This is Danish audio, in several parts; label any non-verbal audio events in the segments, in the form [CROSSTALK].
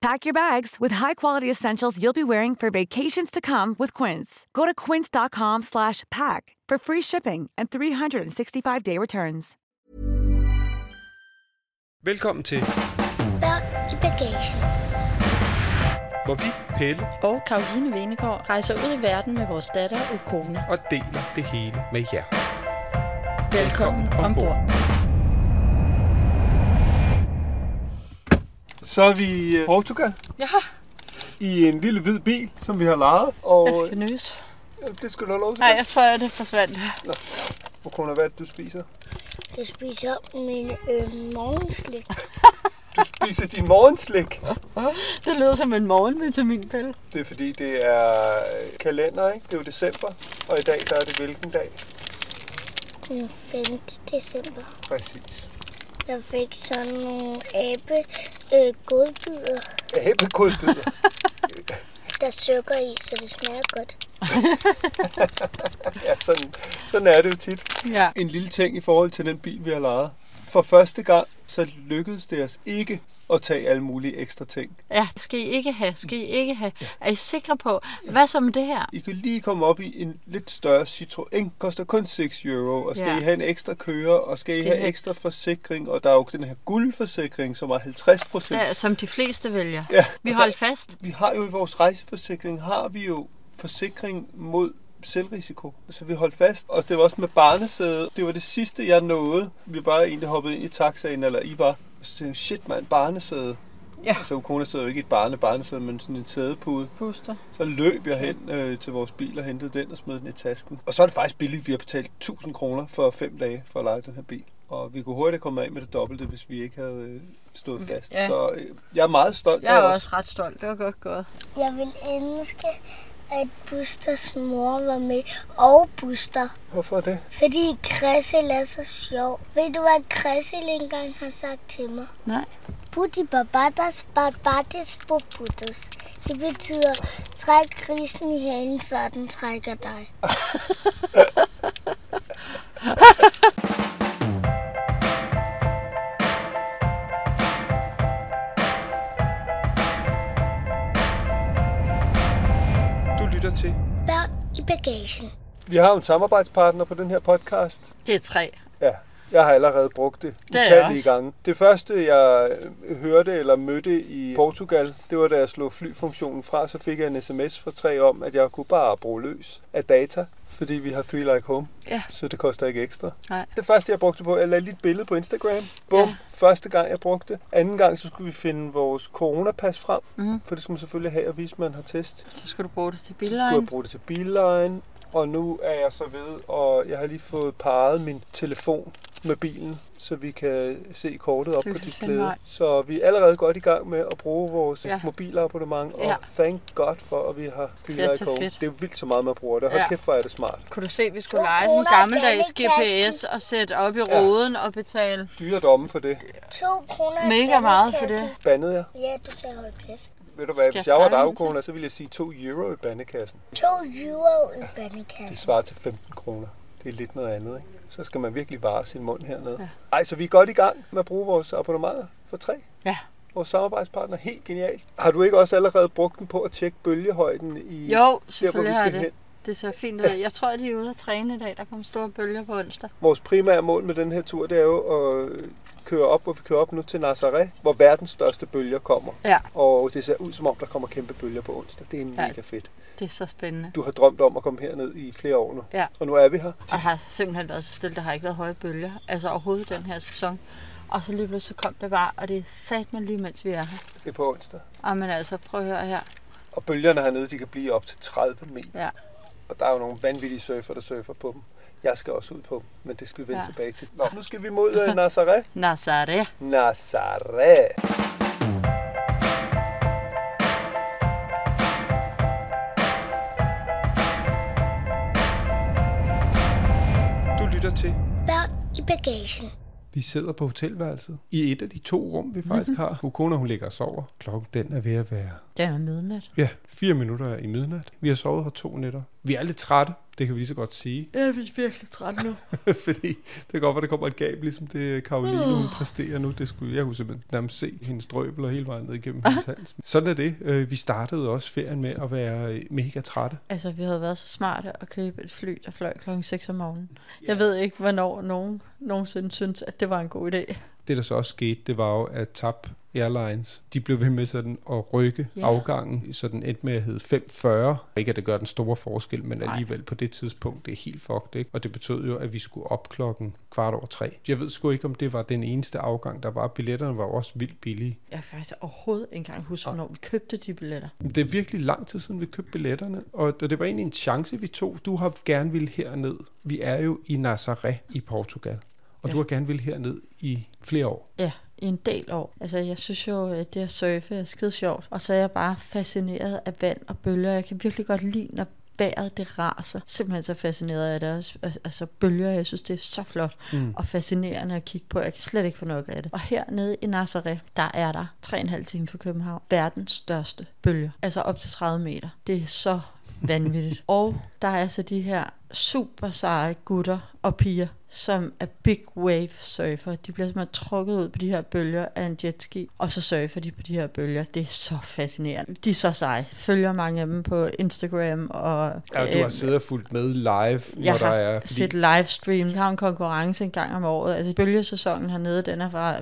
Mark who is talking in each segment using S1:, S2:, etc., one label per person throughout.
S1: Pack your bags with high-quality essentials you'll be wearing for vacations to come with Quince. Go to quince.com/pack for free shipping and 365-day returns.
S2: Velkommen til,
S3: Børn i bagagen.
S2: hvor vi, Pelle,
S4: Og Karoline Venegård rejser ud i verden med vores datter og kone.
S2: og deler det hele med jer.
S4: Velkommen ombord.
S5: Så er vi i øh, Portugal.
S4: Ja.
S5: I en lille hvid bil, som vi har lejet. Og
S4: Jeg skal nøse.
S5: øh, det skal du have lov til.
S4: Nej, jeg tror, det forsvandt.
S5: På grund af hvad du spiser.
S3: Jeg spiser min øh, morgenslik.
S5: Spiser din morgenslik.
S4: [LAUGHS] Det lyder som en morgenvitaminpille.
S5: Det er fordi, det er øh, kalender, ikke? Det er jo december. Og i dag, der er det hvilken dag?
S3: Den 5. december.
S5: Præcis.
S3: Jeg fik sådan nogle abe øh, godbidder,
S5: [LAUGHS] Æblekodbyder.
S3: der sukker i, så det smager godt.
S5: ja, sådan, sådan er det jo tit.
S4: Ja.
S5: En lille ting i forhold til den bil, vi har lejet. For første gang, så lykkedes det os ikke at tage alle mulige ekstra ting.
S4: ja, skal I ikke have? Skal I ikke have? Er I sikre på? Hvad så med det her?
S5: I kan lige komme op i en lidt større Citroën, koster kun 6 euro, og skal
S4: Ja.
S5: ja. I have en ekstra kører, og skal, skal I have ekstra forsikring, og der er jo den her guldforsikring, som er 50 procent.
S4: Ja, som de fleste vælger.
S5: Ja,
S4: Vi
S5: og
S4: holdt
S5: der-
S4: fast.
S5: Vi har jo i vores rejseforsikring, har vi jo forsikring mod selvrisiko. Så vi holdt fast, og det var også med barnesæde. Det var det sidste, jeg nåede. Vi var egentlig hoppet ind i taxaen, eller I var. Så tænkte jeg, shit mand, barnesæde.
S4: Ja.
S5: Så kone sidder jo ikke i et barne, barnesæde, men sådan en sædepude.
S4: Puster.
S5: Så løb jeg hen øh, til vores bil og hentede den og smed den i tasken. Og så er det faktisk billigt. Vi har betalt 1000 kroner for 5 dage for at lege den her bil. Og vi kunne hurtigt have kommet af med det dobbelte, hvis vi ikke havde øh, stået fast.
S4: Ja.
S5: Så øh, jeg er meget stolt
S4: Jeg
S5: af
S4: er
S5: os.
S4: også ret stolt. Det var godt gået.
S3: Jeg vil ønske, at Busters mor var med, og Buster.
S5: Hvorfor det?
S3: Fordi Kressel er så sjov. Ved du, hvad Kressel engang har sagt til mig?
S4: Nej.
S3: Putti barbatas, barbatis, bubutus. Det betyder, træk grisen i hanen, før den trækker dig.
S2: Du lytter til
S3: Børn i bagagen.
S5: Vi har jo en samarbejdspartner på den her podcast.
S4: Det er tre.
S5: Ja, jeg har allerede brugt det
S4: er jeg
S5: utallige
S4: også.
S5: gange. Det første, jeg øh, hørte eller mødte i Portugal, det var da jeg slog flyfunktionen fra, så fik jeg en sms fra tre om, at jeg kunne bare bruge løs af data, fordi vi har Free Like Home,
S4: Ja.
S5: så det koster ikke ekstra.
S4: Nej.
S5: Det første, jeg brugte på, jeg lagde lige et billede på Instagram. Bum.
S4: Ja.
S5: Ja. Første gang, jeg brugte det. Anden gang, så skulle vi finde vores coronapas frem,
S4: Mhm.
S5: for det skulle man selvfølgelig have at vise, at man har test.
S4: Så skal du bruge det til
S5: Så skulle
S4: billederne.
S5: jeg bruge det til billejen, og nu er jeg så ved, og jeg har lige fået parret min telefon med bilen, så vi kan se kortet op
S4: Du
S5: på
S4: kan finde
S5: displayet.
S4: vej.
S5: Så vi er allerede godt i gang med at bruge vores
S4: Ja.
S5: ja. mobilabonnement, og
S4: Ja.
S5: thank god for, at vi har
S4: er
S5: biler i
S4: så
S5: kog.
S4: fedt.
S5: Det er jo vildt så meget, man bruger det. Hold
S4: Ja.
S5: ja. kæft, hvor er det smart.
S4: Kunne du se, at vi skulle
S3: To
S4: lege sådan en
S3: kroner
S4: gammeldags
S3: i pengekassen.
S4: GPS og sætte op i
S5: Ja.
S4: roden og betale?
S5: Dyre domme for det.
S3: To kroner i
S4: Mega meget for
S3: bandekassen.
S5: Bandede jeg.
S3: Ja, du sagde hold kæft.
S5: Ved du
S4: Skal
S5: hvad,
S4: jeg
S5: hvis jeg var
S4: spare hende
S5: dagkroner, så ville jeg sige 2 euro i bandekassen.
S3: To euro i
S5: Det
S3: bandekassen.
S5: svarer til 15 kroner. Det er lidt noget andet, ikke? Så skal man virkelig vare sin mund hernede. Ja. Ej, så vi er godt i gang med at bruge vores abonnementer for tre.
S4: Ja.
S5: Vores samarbejdspartner, helt genialt. Har du ikke også allerede brugt den på at tjekke bølgehøjden i
S4: Jo,
S5: der, hvor vi
S4: selvfølgelig har
S5: skal
S4: jeg
S5: hen?
S4: det. Det ser fint ud. Jeg tror, de er ude at træne i dag. Der kommer store bølger på onsdag.
S5: Vores primære mål med den her tur, det er jo at køre op, hvor vi kører op nu til Nazaré, hvor verdens største bølger kommer.
S4: Ja,
S5: Og det ser ud som om, der kommer kæmpe bølger på onsdag. Det er
S4: Ja.
S5: mega fedt.
S4: det er så spændende.
S5: Du har drømt om at komme herned i flere år nu.
S4: Ja.
S5: Og nu er vi her.
S4: Og der har simpelthen været så stille. Der har ikke været høje bølger. Altså overhovedet den her sæson. Og så lige pludselig så kom det bare, og det er sat man lige, mens vi er her.
S5: Det er på onsdag.
S4: Og men altså, prøv at høre her.
S5: Og bølgerne hernede, de kan blive op til 30 meter.
S4: Ja.
S5: Og der er jo nogle vanvittige surfer, der surfer på dem. Jeg skal også ud på dem, men det skal vi vende
S4: Ja.
S5: ja. tilbage til. Nå, nu skal vi mod uh, Nazaré.
S4: Nazaré.
S5: Nazaré!
S2: Du lytter til
S3: Børn jævn i bagagen.
S5: Vi sidder på hotelværelset i et af de to rum, vi faktisk har. Ukona, hun ligger og sover. Klokken den er ved at være
S4: Den er midnat.
S5: ja, fire minutter i midnat. Vi har sovet her to nætter. Vi er lidt trætte, det kan vi lige så godt sige.
S4: Jeg er virkelig træt nu.
S5: [LAUGHS] Fordi det kan godt være, der kommer et gab, ligesom det Karoline, hun præsterer nu. Det skulle jeg kunne simpelthen nærmest se hendes drøbler hele vejen ned igennem hendes hals. Sådan er det. Øh, Vi startede også ferien med at være øh, mega trætte.
S4: [LAUGHS] altså, vi havde været så smarte at købe et fly, der fløj klokken 6 om morgenen. Jeg ved ikke, hvornår nogen nogensinde synes, at det var en god idé.
S5: Det, der så også skete, det var jo, at TAP Airlines, de blev ved med sådan at rykke
S4: Ja.
S5: yeah. afgangen, så den endte med at hedde 5.40. Ikke at det gør den store forskel, men alligevel på det tidspunkt, det er helt fucked, ikke? Og det betød jo, at vi skulle op klokken kvart over tre. Jeg ved sgu ikke, om det var den eneste afgang, der var. Billetterne var jo også vildt billige.
S4: Jeg kan faktisk overhovedet ikke engang huske, hvornår vi købte de billetter.
S5: Men Det er virkelig lang tid siden, vi købte billetterne, og og det var egentlig en chance, vi tog. Du har gerne ville herned. Vi er jo i Nazaré i Portugal, og ja. du har gerne ville herned i flere år.
S4: Ja, i en del år. Altså, jeg synes jo, at det at surfe er skide sjovt. Og så er jeg bare fascineret af vand og bølger. Jeg kan virkelig godt lide, når vejret det raser. Simpelthen så fascineret af det også. Al- Altså bølger, jeg synes, det er så flot mm. og fascinerende at kigge på. Jeg kan slet ikke få nok af det. Og hernede i Nazaré, der er der 3,5 timer fra København. Verdens største bølger. Altså op til 30 meter. Det er så vanvittigt. [LAUGHS] og der er altså de her super seje gutter og piger, som er big wave surfer. De bliver simpelthen trukket ud på de her bølger af en jetski, og så surfer de på de her bølger. Det er så fascinerende. De er så seje. Følger mange af dem på Instagram og...
S5: Ja, du har
S4: øhm,
S5: siddet og fulgt med live,
S4: jeg
S5: når der
S4: har
S5: er...
S4: set livestream. Vi har en konkurrence en gang om året. Altså bølgesæsonen hernede, den er fra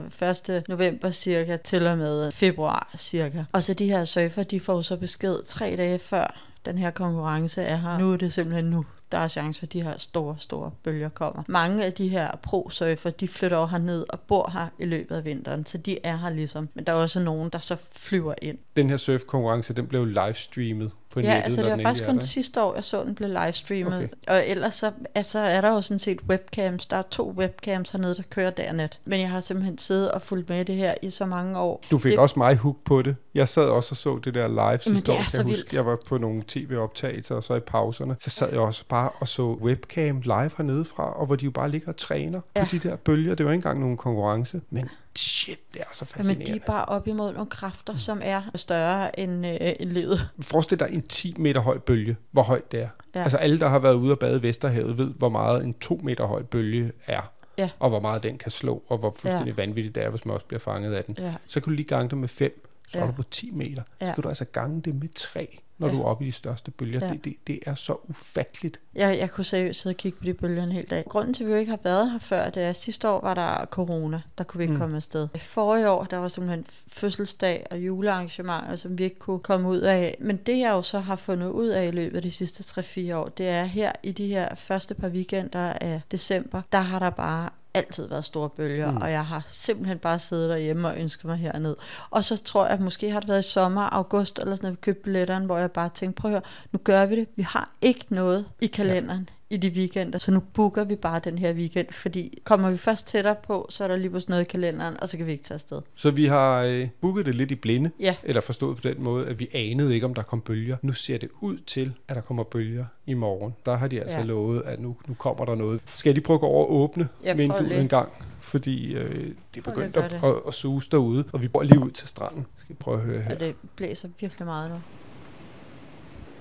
S4: 1. november cirka til og med februar cirka. Og så de her surfer, de får så besked tre dage før den her konkurrence er her. Nu er det simpelthen nu, der er chance for, at de her store, store bølger kommer. Mange af de her pro-surfer, de flytter over herned og bor her i løbet af vinteren, så de er her ligesom. Men der er også nogen, der så flyver ind.
S5: den her surfkonkurrence, den blev livestreamet på
S4: Ja,
S5: nettet,
S4: altså
S5: når
S4: det var
S5: den
S4: faktisk
S5: endelig er
S4: kun
S5: der.
S4: sidste år, jeg så den blev livestreamet.
S5: Okay.
S4: Okay. Og ellers så altså, er der jo sådan set webcams. Der er to webcams hernede, der kører dag og nat. Men jeg har simpelthen siddet og fulgt med i det her i så mange år.
S5: Du fik det...
S4: det,
S5: også mig hook på det. Jeg sad også og så det der live sidste
S4: det
S5: år,
S4: er
S5: kan
S4: så
S5: jeg huske.
S4: vildt.
S5: Jeg var på nogle tv-optagelser, og så i pauserne, så sad jeg også bare og så webcam live hernede fra, og hvor de jo bare ligger og træner ja.
S4: Ja.
S5: på de der bølger. Det var ikke engang nogen konkurrence, men shit, det er så
S4: Jamen,
S5: fascinerende.
S4: de er bare op imod nogle kræfter, som er større end, øh, end livet.
S5: Forestil dig en 10 meter høj bølge, hvor højt det er. Ja.
S4: Ja.
S5: Altså alle, der har været ude og bade i Vesterhavet, ved, hvor meget en 2 meter høj bølge er.
S4: Ja.
S5: Og hvor meget den kan slå, og hvor fuldstændig ja. vanvittigt det er, hvis man også bliver fanget af den.
S4: Ja.
S5: Så kan du lige gange det med 5, så ja.
S4: Ja.
S5: er du på 10 meter. Ja. Så
S4: Ja.
S5: kan du altså gange det med 3, når ja.
S4: Ja.
S5: du er oppe i de største bølger. Ja.
S4: Ja.
S5: Det, det, det er så ufatteligt.
S4: Jeg, jeg kunne seriøst sidde og kigge på de bølger en hel dag. Grunden til, at vi jo ikke har været her før, det er, at sidste år var der corona. Der kunne vi ikke mm. komme afsted. Forrige år, der var simpelthen fødselsdag og julearrangementer, som vi ikke kunne komme ud af. Men det, jeg jo så har fundet ud af i løbet af de sidste 3-4 år, det er her i de her første par weekender af december, der har der bare altid været store bølger, mm. og jeg har simpelthen bare siddet derhjemme og ønsket mig herned. Og så tror jeg, at måske har det været i sommer, august eller sådan noget, vi købte billetterne, hvor jeg bare tænkte, prøv at høre, nu gør vi det. Vi har ikke noget i kalenderen ja. i de weekender, så nu booker vi bare den her weekend, fordi kommer vi først tættere på, så er der lige pludselig noget i kalenderen, og så kan vi ikke tage afsted.
S5: Så vi har øh, booket det lidt i blinde,
S4: Ja.
S5: eller forstået på den måde, at vi anede ikke, om der kom bølger. Nu ser det ud til, at der kommer bølger i morgen. Der har de altså ja.
S4: Ja.
S5: lovet, at nu, nu kommer der noget. Skal jeg lige prøve at gå over og åbne
S4: Ja, prøv
S5: vinduet
S4: lige.
S5: en gang? Fordi øh, det er
S4: Prøv lige at
S5: begyndt at,
S4: gøre
S5: at, at suse derude, og vi bor lige ud til stranden. Skal vi prøve at høre her?
S4: Og det blæser virkelig meget nu.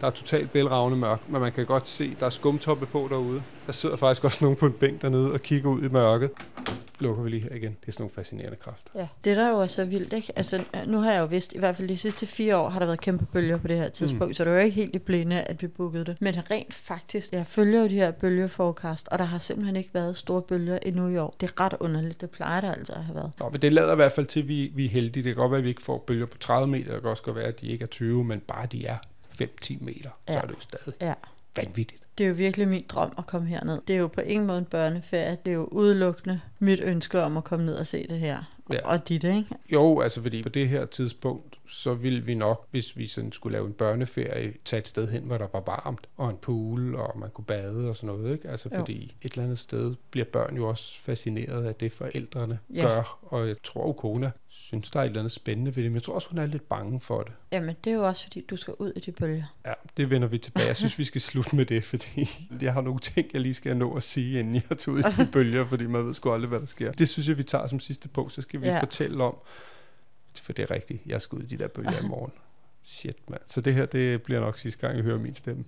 S5: Der er totalt bælragende mørkt, men man kan godt se, der er skumtoppe på derude. Der sidder faktisk også nogen på en bænk dernede og kigger ud i mørket. Lukker vi lige her igen. Det er sådan nogle fascinerende kræfter.
S4: Ja. Det der jo er så vildt, ikke? Altså, nu har jeg jo vidst, i hvert fald de sidste fire år, har der været kæmpe bølger på det her tidspunkt, mm. så det var jo ikke helt i blinde, at vi bookede det. Men rent faktisk, jeg følger jo de her bølgeforecast, og der har simpelthen ikke været store bølger endnu i år. Det er ret underligt, det plejer der altså at have været.
S5: Nå, men det lader i hvert fald til, at vi, vi er heldige. Det kan godt være, at vi ikke får bølger på 30 meter. Det kan også godt være, at de ikke er 20, men bare de er 5-10 meter, ja. så
S4: Ja.
S5: er det jo stadig
S4: Ja.
S5: vanvittigt.
S4: Det er jo virkelig min drøm at komme herned. Det er jo på ingen måde en børneferie. Det er jo udelukkende mit ønske om at komme ned og se det her.
S5: Ja.
S4: Ja. Og dit, ikke?
S5: Jo, altså fordi på det her tidspunkt, så ville vi nok, hvis vi sådan skulle lave en børneferie, tage et sted hen, hvor der var varmt, og en pool, og man kunne bade og sådan noget. Ikke? Altså
S4: Jo.
S5: fordi et eller andet sted bliver børn jo også fascineret af det, forældrene
S4: Ja.
S5: ja. gør. Og jeg tror, at Kona synes, der er et eller andet spændende ved det, men jeg tror også, hun er lidt bange for det.
S4: Jamen, det er jo også, fordi du skal ud i de bølger.
S5: Ja, det vender vi tilbage. Jeg synes, vi skal slutte med det, fordi jeg har nogle ting, jeg lige skal nå at sige, inden jeg tager ud i de bølger, fordi man ved sgu aldrig, hvad der sker. Det synes jeg, vi tager som sidste punkt. Så skal vi
S4: Ja.
S5: ja. fortælle om, for det er rigtigt, jeg skal ud i de der bølger
S4: [LAUGHS]
S5: i morgen. Shit, mand. Så det her, det bliver nok sidste gang, I hører min stemme.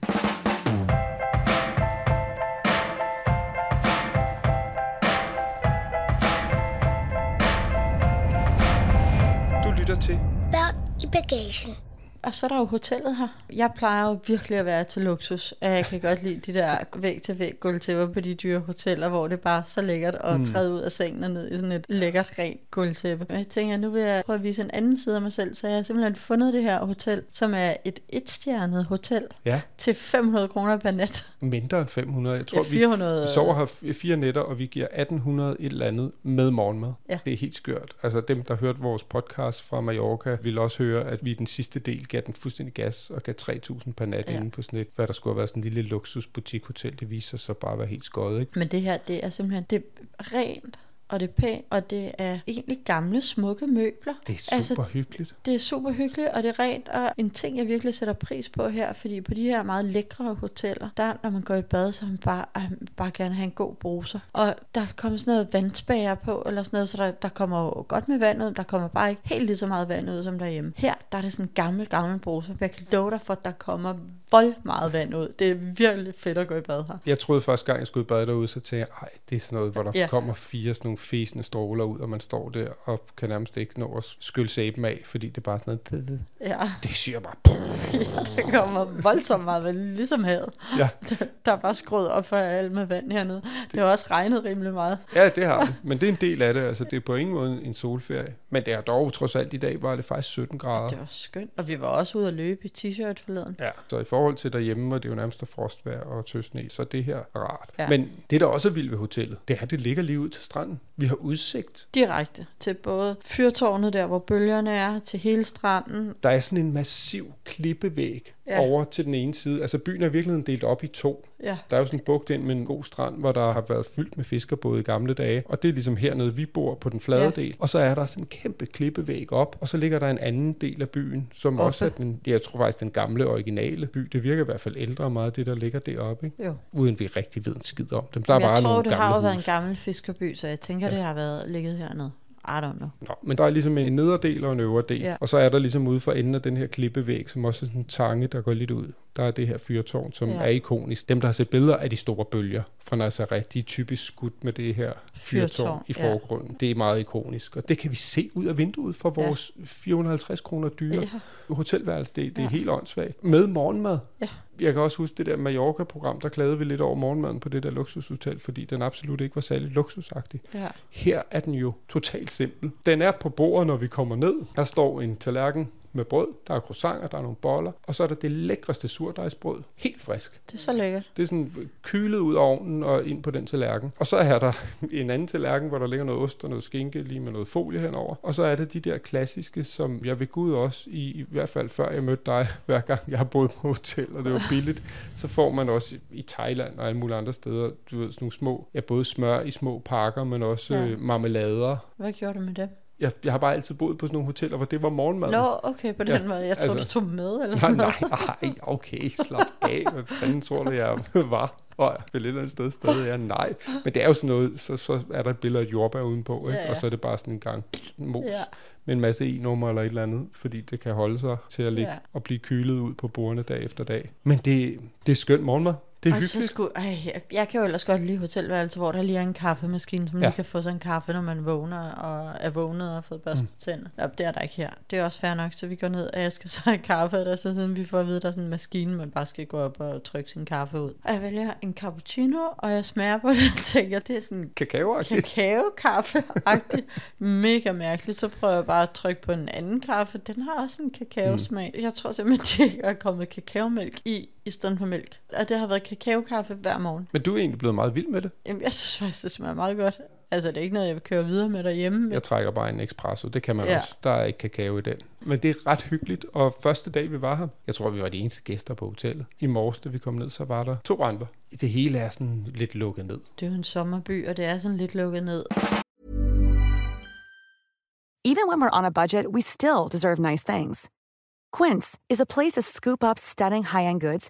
S5: Du lytter til
S3: Børn i bagagen.
S4: Og så er der jo hotellet her. Jeg plejer jo virkelig at være til luksus. Og Jeg kan godt lide de der væg-til-væg gulvtæpper på de dyre hoteller, hvor det bare er så lækkert at
S5: Mm.
S4: træde ud af sengen og ned i sådan et lækkert, rent gulvtæppe. Og jeg tænker, nu vil jeg prøve at vise en anden side af mig selv, så jeg har simpelthen fundet det her hotel, som er et etstjernet hotel
S5: Ja.
S4: til 500 kroner per nat.
S5: Mindre end 500. Jeg tror,
S4: Ja,
S5: vi,
S4: 400.
S5: vi sover her f- fire nætter, og vi giver 1800 et eller andet med morgenmad.
S4: Ja.
S5: Det er helt skørt. Altså dem, der hørte vores podcast fra Mallorca, vil også høre, at vi i den sidste del gav den fuldstændig gas og gav 3000 per nat
S4: Ja.
S5: ja. inde på sådan et, hvad der skulle have været sådan en lille luksusbutikhotel. Det viser sig så bare at være helt skøjet, ikke?
S4: Men det her, det er simpelthen det er rent, og det er pænt, og det er egentlig gamle, smukke møbler.
S5: Det er super altså, hyggeligt.
S4: Det er super hyggeligt, og det er rent, og en ting, jeg virkelig sætter pris på her, fordi på de her meget lækre hoteller, der når man går i bad, så vil man bare, ah, man vil bare gerne have en god bruser. Og der kommer sådan noget vandspager på, eller sådan noget, så der, der kommer jo godt med vand ud, der kommer bare ikke helt lige så meget vand ud som derhjemme. Her, der er det sådan en gammel, gammel bruser, men jeg kan love dig for, at der kommer vold meget vand ud. Det er virkelig fedt at gå i bad her.
S5: Jeg troede første gang, jeg skulle i bad derude, så tænkte jeg, ej, det er sådan noget, hvor der
S4: Ja.
S5: ja. kommer fire sådan nogle fæsende stråler ud, og man står der og kan nærmest ikke nå at skylle sæben af, fordi det er bare sådan noget,
S4: Ja, [LAUGHS]
S5: det siger bare,
S4: der kommer voldsomt meget vand, ligesom havet.
S5: ja.
S4: [LAUGHS] Der er bare skruet op for alt med vand hernede. Det har også regnet rimelig meget.
S5: Ja, det har det. Men det er en del af det. Altså, det er på ingen måde en solferie. Men det er dog trods alt i dag, var det faktisk 17 grader.
S4: Det var skønt. Og vi var også ude at løbe i t-shirt forleden.
S5: Ja. Så i forhold til derhjemme, hvor det er jo nærmest er frostvejr og tøsne, så er det her rart.
S4: Ja.
S5: Ja. Men det, der også er vildt ved hotellet, det er, at det ligger lige ud til stranden. Vi har udsigt.
S4: Direkte til både fyrtårnet der, hvor bølgerne er, til hele stranden.
S5: Der er sådan en massiv klippevæg
S4: Ja.
S5: ja. over til den ene side. Altså byen er i virkeligheden delt op i to.
S4: Ja,
S5: Der er jo sådan en bugt ind med en god strand, hvor der har været fyldt med fiskerbåde i gamle dage. Og det er ligesom hernede, vi bor på den flade
S4: Ja.
S5: ja. del. Og så er der sådan en kæmpe klippevæg op, og så ligger der en anden del af byen, som
S4: Oppe.
S5: også er den, jeg tror faktisk, den gamle originale by. Det virker i hvert fald ældre meget, det der ligger deroppe, ikke?
S4: jo.
S5: Uden vi rigtig ved en skid om dem. Der er
S4: Men jeg
S5: bare
S4: tror,
S5: nogle
S4: det
S5: gamle
S4: har jo været en
S5: huse.
S4: gammel fiskerby, så jeg tænker, ja. det har været ligget hernede. I don't know.
S5: Nå, men der er ligesom en nederdel og en øvre del,
S4: Ja.
S5: ja. og så er der ligesom ude for enden af den her klippevæg, som også er sådan en tange, der går lidt ud. Der er det her fyrtårn, som
S4: Ja.
S5: ja. er ikonisk. Dem, der har set billeder af de store bølger fra Nazareth, de er typisk skudt med det her
S4: Fyrtårn,
S5: fyrtårn i
S4: ja.
S5: forgrunden. Det er meget ikonisk, og det kan vi se ud af vinduet fra
S4: Ja.
S5: vores 450 kroner dyre
S4: Ja.
S5: hotelværelse. Det, det er
S4: Ja.
S5: helt åndssvagt. Med morgenmad.
S4: Ja.
S5: Jeg kan også huske det der Mallorca-program, der klagede vi lidt over morgenmaden på det der luksushotel, fordi den absolut ikke var særlig luksusagtig.
S4: Ja.
S5: Her er den jo totalt simpel. Den er på bordet, når vi kommer ned. Der står en tallerken med brød, der er croissanter, der er nogle boller, og så er der det lækreste surdejsbrød, helt frisk.
S4: Det er så lækkert.
S5: Det er sådan kylet ud af ovnen og ind på den tallerken. Og så er der [LAUGHS] en anden tallerken, hvor der ligger noget ost og noget skinke, lige med noget folie henover. Og så er det de der klassiske, som jeg ved Gud også, i, i hvert fald før jeg mødte dig, [LAUGHS] hver gang jeg har boet på hotel, og det var billigt, så får man også i- i Thailand og alle mulige andre steder, du ved, sådan nogle små, ja, både smør i små pakker, men også
S4: Ja.
S5: ja. øh, marmelader.
S4: Hvad gjorde du med det?
S5: Jeg, jeg har bare altid boet på sådan nogle hoteller, hvor det var morgenmad.
S4: Nå, okay, på den
S5: Ja,
S4: ja, måde. Jeg tror, altså,
S5: altså-
S4: du tog dem med, eller
S5: Nej,
S4: sådan noget.
S5: nej, nej, okay, slap af. Hvad fanden tror du, jeg var? Og jeg vil et eller andet sted stadig er nej. Men det er jo sådan noget, så, så er der et billede af jordbær udenpå, ikke?
S4: Ja,
S5: Ja,
S4: ja.
S5: ja. og så er det bare sådan en gang mos
S4: Ja.
S5: ja. med en masse e-nummer eller et eller andet, fordi det kan holde sig til at ligge
S4: Ja.
S5: ja. og blive kylet ud på bordene dag efter dag. Men det, det er skønt morgenmad. Det er
S4: Og så
S5: hyggeligt.
S4: skulle, ej, jeg, jeg kan jo ellers godt lide hotelværelser, hvor der lige er en kaffemaskine, så man ja.
S5: Ja.
S4: lige kan få sig en kaffe, når man vågner og er vågnet og har fået børstet mm. tænder. Nå, det er der ikke her. Det er også fair nok, så vi går ned, og jeg skal så have kaffe, og der er så sådan, vi får at vide, der er sådan en maskine, man bare skal gå op og trykke sin kaffe ud. Og jeg vælger en cappuccino, og jeg smager på det, og tænker, det er sådan
S5: Kakao
S4: kakao-kaffe-agtigt. Mega mærkeligt. Så prøver jeg bare at trykke på en anden kaffe. Den har også en kakaosmag. Mm. Jeg tror simpelthen, at der ikke er kommet kakaomælk i, i i stedet for mælk. Og det har været kakaokaffe hver morgen.
S5: Men du er egentlig blevet meget vild med det.
S4: Jamen, jeg synes faktisk, det smager meget godt. Altså, det er ikke noget, jeg vil køre videre med derhjemme. Men...
S5: Jeg trækker bare en espresso, det kan man
S4: Ja.
S5: ja. også. Der er ikke kakao i den. Men det er ret hyggeligt, og første dag vi var her, jeg tror vi var de eneste gæster på hotellet. I morges, da vi kom ned, så var der to andre. Det hele er sådan lidt lukket ned.
S4: Det er jo en sommerby, og det er sådan lidt lukket ned.
S1: Even when we're on a budget, we still deserve nice things. Quince is a place to scoop up stunning high-end goods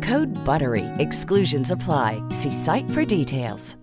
S6: Code BUTTERY. Exclusions apply. See site for details.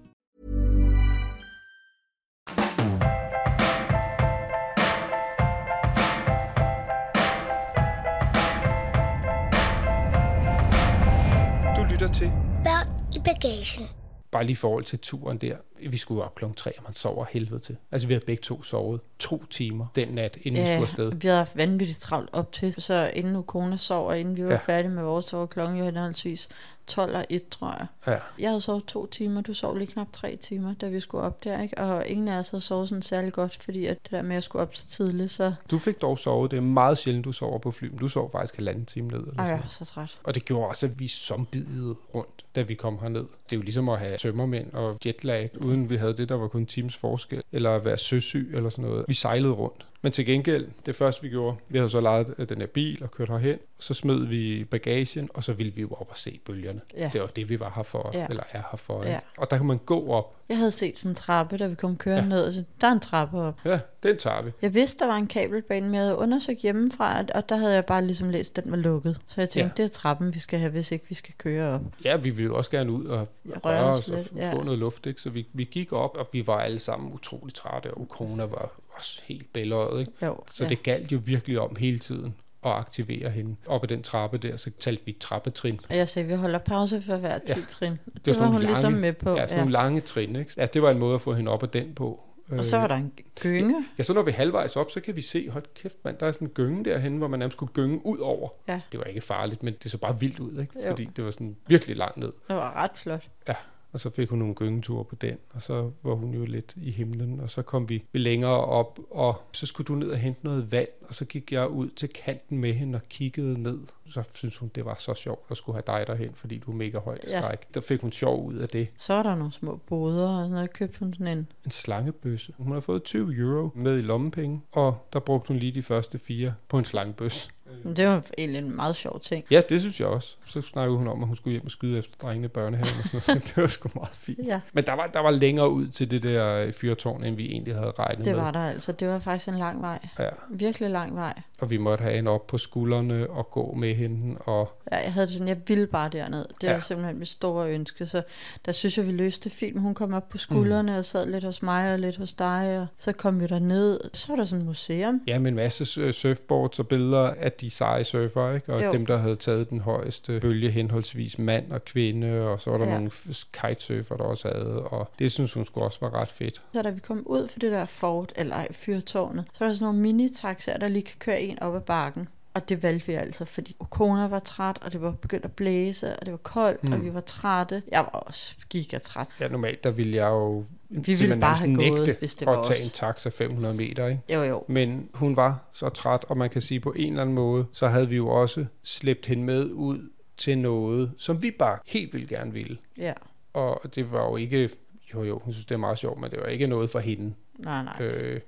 S5: Du lytter til
S3: Børn i bagagen.
S5: bare lige i forhold til turen der. Vi skulle op klokken 3, og man sover helvede til. Altså, vi havde begge to sovet to timer den nat, inden vi skulle afsted.
S4: vi havde haft vanvittigt travlt op til, så inden Ukona sov, og inden vi var ja.
S5: Ja.
S4: færdige med vores, så var klokken jo henholdsvis 12 og 1, tror jeg.
S5: Ja.
S4: Jeg havde sovet to timer, du sov lige knap tre timer, da vi skulle op der, ikke? Og ingen af os havde sovet sådan særlig godt, fordi at det der med, at jeg skulle op så tidligt, så
S5: Du fik dog sovet. Det er meget sjældent, du sover på fly, men du sov faktisk halvanden time ned. Eller
S4: Ej,
S5: sådan
S4: jeg
S5: noget.
S4: var så træt.
S5: Og det gjorde også, at vi zombiede rundt, da vi kom herned. Det er jo ligesom at have tømmermænd og jetlag, uden vi havde det, der var kun en times forskel, eller at være søsyg eller sådan noget. Vi sejlede rundt. Men til gengæld, det første vi gjorde, vi havde så lejet øh, den her bil og kørt herhen, så smed vi bagagen, og så ville vi jo op og se bølgerne.
S4: Ja.
S5: Det var det, vi var her for,
S4: Ja.
S5: eller er her for.
S4: Ja.
S5: Ja. Og der kan man gå op.
S4: Jeg havde set sådan en trappe, da vi kom kørende ja.
S5: Ja.
S4: ned, og så, der er en trappe op.
S5: Ja, den tager vi.
S4: Jeg vidste, der var en kabelbane, men jeg havde undersøgt hjemmefra, at- og der havde jeg bare ligesom læst, at den var lukket. Så jeg tænkte, ja.
S5: Ja.
S4: det er trappen, vi skal have, hvis ikke vi skal køre op.
S5: Ja, vi ville jo også gerne ud og
S4: Røre
S5: røre
S4: os
S5: os og
S4: lidt,
S5: f-
S4: ja.
S5: få noget luft, ikke? Så vi, vi gik op, og vi var alle sammen utrolig trætte, og corona var også helt bælgerøjet, ikke?
S4: Jo,
S5: Så
S4: ja.
S5: ja. det galt jo virkelig om hele tiden at aktivere hende. Op ad den trappe der, så talte vi trappetrin.
S4: Og jeg sagde, vi holder pause for hver 10 ja. trin. Det, det
S5: sådan
S4: var hun
S5: nogle
S4: ligesom med på.
S5: Ja, sådan nogle lange trin, ikke? Ja, det var en måde at få hende op ad den på. Øh,
S4: Og så var der en gynge.
S5: Ja, så når vi er halvvejs op, så kan vi se, hold kæft mand, der er sådan en gynge derhen, hvor man nærmest kunne gynge ud over.
S4: Ja.
S5: Det var ikke farligt, men det så bare vildt ud, ikke?
S4: Jo.
S5: Fordi det var sådan virkelig langt ned.
S4: Det var ret flot.
S5: Ja, og så fik hun nogle gyngeture på den, og så var hun jo lidt i himlen, og så kom vi længere op, og så skulle du ned og hente noget vand, og så gik jeg ud til kanten med hende og kiggede ned. Så synes hun, det var så sjovt at skulle have dig derhen, fordi du er mega højt
S4: Ja.
S5: skræk. Der fik hun sjov ud af det.
S4: Så var der nogle små boder, og sådan noget. købte hun sådan en.
S5: En slangebøsse. Hun har fået 20 euro med i lommepenge, og der brugte hun lige de første fire på en slangebøsse.
S4: Men det var egentlig en meget sjov ting.
S5: Ja, det synes jeg også. Så snakkede hun om, at hun skulle hjem og skyde efter drengene i børnehaven og sådan noget. [LAUGHS] Så det var sgu meget fint.
S4: Ja,
S5: Men der var, der var længere ud til det der øh, fyrtårn, end vi egentlig havde regnet
S4: det
S5: med.
S4: var der altså. Det var faktisk en lang vej.
S5: Ja,
S4: Virkelig lang vej.
S5: og vi måtte have hende op på skuldrene og gå med hende. Og
S4: Ja, jeg havde det sådan, jeg ville bare derned. Det var
S5: Ja.
S4: simpelthen mit store ønske. Så der synes jeg, vi løste det fint. Hun kom op på skuldrene mm. og sad lidt hos mig og lidt hos dig. Og så kom vi derned. Så var der sådan et museum.
S5: ja, med en masse øh, surfboards og billeder af de seje surfer, ikke? Og
S4: Jo.
S5: jo. dem, der havde taget den højeste bølge, henholdsvis mand og kvinde. Og så var der
S4: Ja.
S5: ja. nogle f- kitesurfer, der også havde. Og det synes hun skulle også var ret fedt.
S4: Så da vi kom ud for det der fort, eller ej, fyrtårnet, så er der sådan nogle minitaxaer, der lige kan køre en op ad bakken. Og det valgte vi altså, fordi Okona var træt, og det var begyndt at blæse, og det var koldt, mm. og vi var trætte. Jeg var også gigatræt.
S5: Ja, normalt der ville jeg jo
S4: ville
S5: simpelthen
S4: bare
S5: nærmest
S4: have gået,
S5: nægte
S4: hvis det
S5: at
S4: var
S5: tage
S4: os.
S5: en taxa 500 meter, ikke?
S4: Jo, jo.
S5: Men hun var så træt, og man kan sige på en eller anden måde, så havde vi jo også slæbt hende med ud til noget, som vi bare helt vildt gerne ville.
S4: Ja.
S5: Og det var jo ikke, jo jo, hun synes det er meget sjovt, men det var ikke noget for hende.
S4: Nej, nej.
S5: Øh,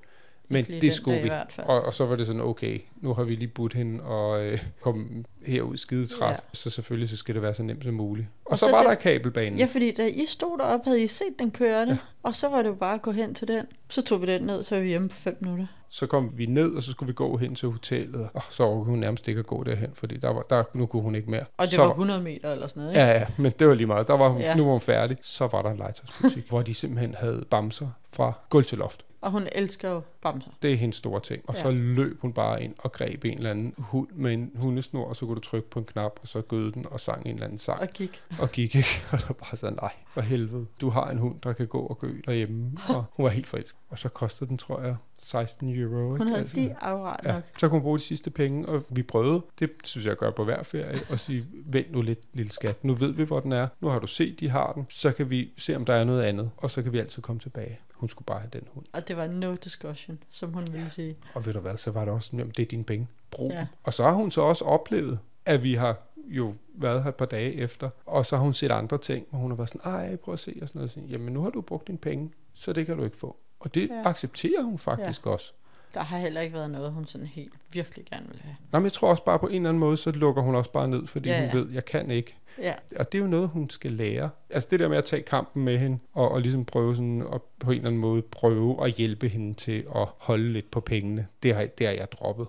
S5: Men
S4: lige
S5: det
S4: den
S5: skulle
S4: dag
S5: vi.
S4: i hvert fald.
S5: Og, og så var det sådan, okay, nu har vi lige budt hende og øh, kom herud skide træt,
S4: Ja.
S5: ja. så selvfølgelig så skal det være så nemt som muligt. Og,
S4: Og
S5: og så,
S4: så
S5: så var
S4: det-
S5: der kabelbanen.
S4: Ja, fordi da I stod deroppe, havde I set den kørte, ja. og så var det jo bare at gå hen til den. Så tog vi den ned, så var vi hjemme på 5 minutter.
S5: Så kom vi ned, og så skulle vi gå hen til hotellet, og så orkede hun nærmest ikke at gå derhen, fordi der var, der, nu kunne hun ikke mere.
S4: Og det
S5: så,
S4: var 100 meter eller sådan noget, ikke?
S5: Ja, ja, men det var lige meget. Der var hun,
S4: Ja.
S5: ja. Nu var hun færdig. Så var der en
S4: [LAUGHS]
S5: legetøjsbutik, hvor de simpelthen havde bamser fra gulv til loft.
S4: Og hun elsker jo bamser.
S5: Det er hendes store ting. Og ja. så
S4: Ja.
S5: løb hun bare ind og greb en eller anden hund med en hundesnor, og så kunne du trykke på en knap, og så gød den og sang en eller anden sang.
S4: Og gik.
S5: og gik, ikke? [LAUGHS] Og der bare sådan, nej, for helvede, du har en hund, der kan gå og gø derhjemme. Og hun var helt forelsket. Og så kostede den, tror jeg, 16 euro. Ikke?
S4: Hun havde
S5: Altså,
S4: lige afret
S5: Ja,
S4: nok.
S5: så kunne hun bruge de sidste penge, og vi prøvede, det synes jeg gør på hver ferie, at sige, vent nu lidt, lille skat, nu ved vi, hvor den er, nu har du set, de har den, så kan vi se, om der er noget andet, og så kan vi altid komme tilbage. Hun skulle bare have den hund.
S4: Og det var no discussion, som hun ville sige.
S5: Og ved du hvad, så var det også, jamen, det er dine penge, brug
S4: Ja.
S5: ja. Og så har hun så også oplevet, at vi har jo været her et par dage efter, og så har hun set andre ting, hvor hun har været sådan, ej, prøv at se, og sådan noget. Sådan, jamen, nu har du brugt dine penge, så det kan du ikke få. Og det
S4: Ja.
S5: ja. accepterer hun faktisk ja. også.
S4: Der har heller ikke været noget, hun sådan helt virkelig gerne ville have.
S5: Nå, men jeg tror også bare på en eller anden måde, så lukker hun også bare ned, fordi
S4: Ja,
S5: ja, ja.
S4: ja.
S5: hun ved, jeg kan ikke.
S4: Ja,
S5: Og det er jo noget, hun skal lære. Altså det der med at tage kampen med hende, og, og ligesom prøve sådan, og på en eller anden måde prøve at hjælpe hende til at holde lidt på pengene, det har, det har jeg droppet.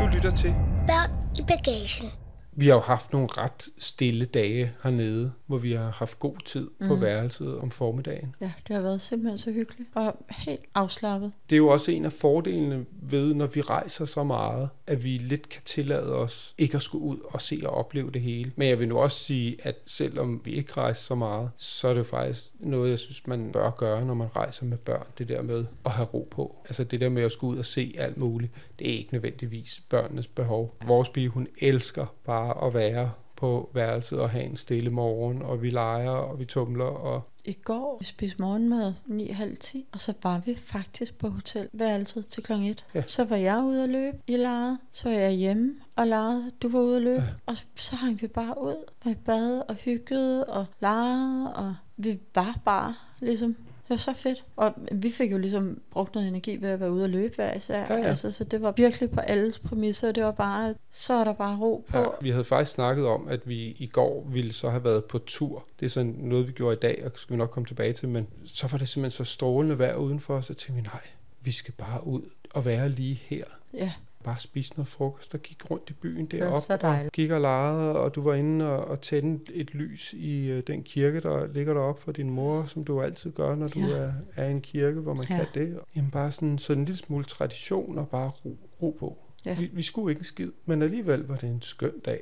S5: Du lytter til
S3: Børn i bagagen.
S5: vi har jo haft nogle ret stille dage hernede, hvor vi har haft god tid på
S4: Mhm.
S5: mm. værelset om formiddagen.
S4: ja, det har været simpelthen så hyggeligt. Og helt afslappet.
S5: Det er jo også en af fordelene ved, når vi rejser så meget, at vi lidt kan tillade os ikke at skulle ud og se og opleve det hele. Men jeg vil nu også sige, at selvom vi ikke rejser så meget, så er det faktisk noget, jeg synes, man bør gøre, når man rejser med børn. Det der med at have ro på. Altså det der med at skulle ud og se alt muligt, det er ikke nødvendigvis børnenes behov. Vores pige, hun elsker bare at være på værelset og have en stille morgen, og vi leger, og vi tumler, og
S4: I går vi spiste morgenmad 9.30, og så var vi faktisk på hotelværelset til kl. 1. Ja.
S5: Ja.
S4: Så var jeg ude at løbe, I legede, så var jeg hjemme og legede, du var ude at løbe, ja. og så hang vi bare ud, og vi bad og hyggede og legede, og vi var bare ligesom. Det var så fedt. Og vi fik jo ligesom brugt noget energi ved at være ude og løbe hver især.
S5: Ja, ja.
S4: Altså, så det var virkelig på alles præmisser. Det var bare, så er der bare ro på.
S5: Ja, vi havde faktisk snakket om, at vi i går ville så have været på tur. Det er sådan noget, vi gjorde i dag, og skal vi nok komme tilbage til, men så var det simpelthen så strålende vejr udenfor, og så tænkte vi, nej, vi skal bare ud og være lige her.
S4: Ja.
S5: Bare spise noget frokost og gik rundt i byen deroppe.
S4: så dejligt.
S5: Og gik og legede, og du var inde og, og tændte et lys i øh, den kirke, der ligger deroppe for din mor, som du altid gør, når du
S4: Ja.
S5: ja. er, er i en kirke, hvor man
S4: Ja.
S5: ja. kan det. Jamen bare sådan, sådan en lille smule tradition og bare ro, ro på.
S4: Ja.
S5: Ja. Vi, vi skulle ikke en skid, men alligevel var det en skøn dag.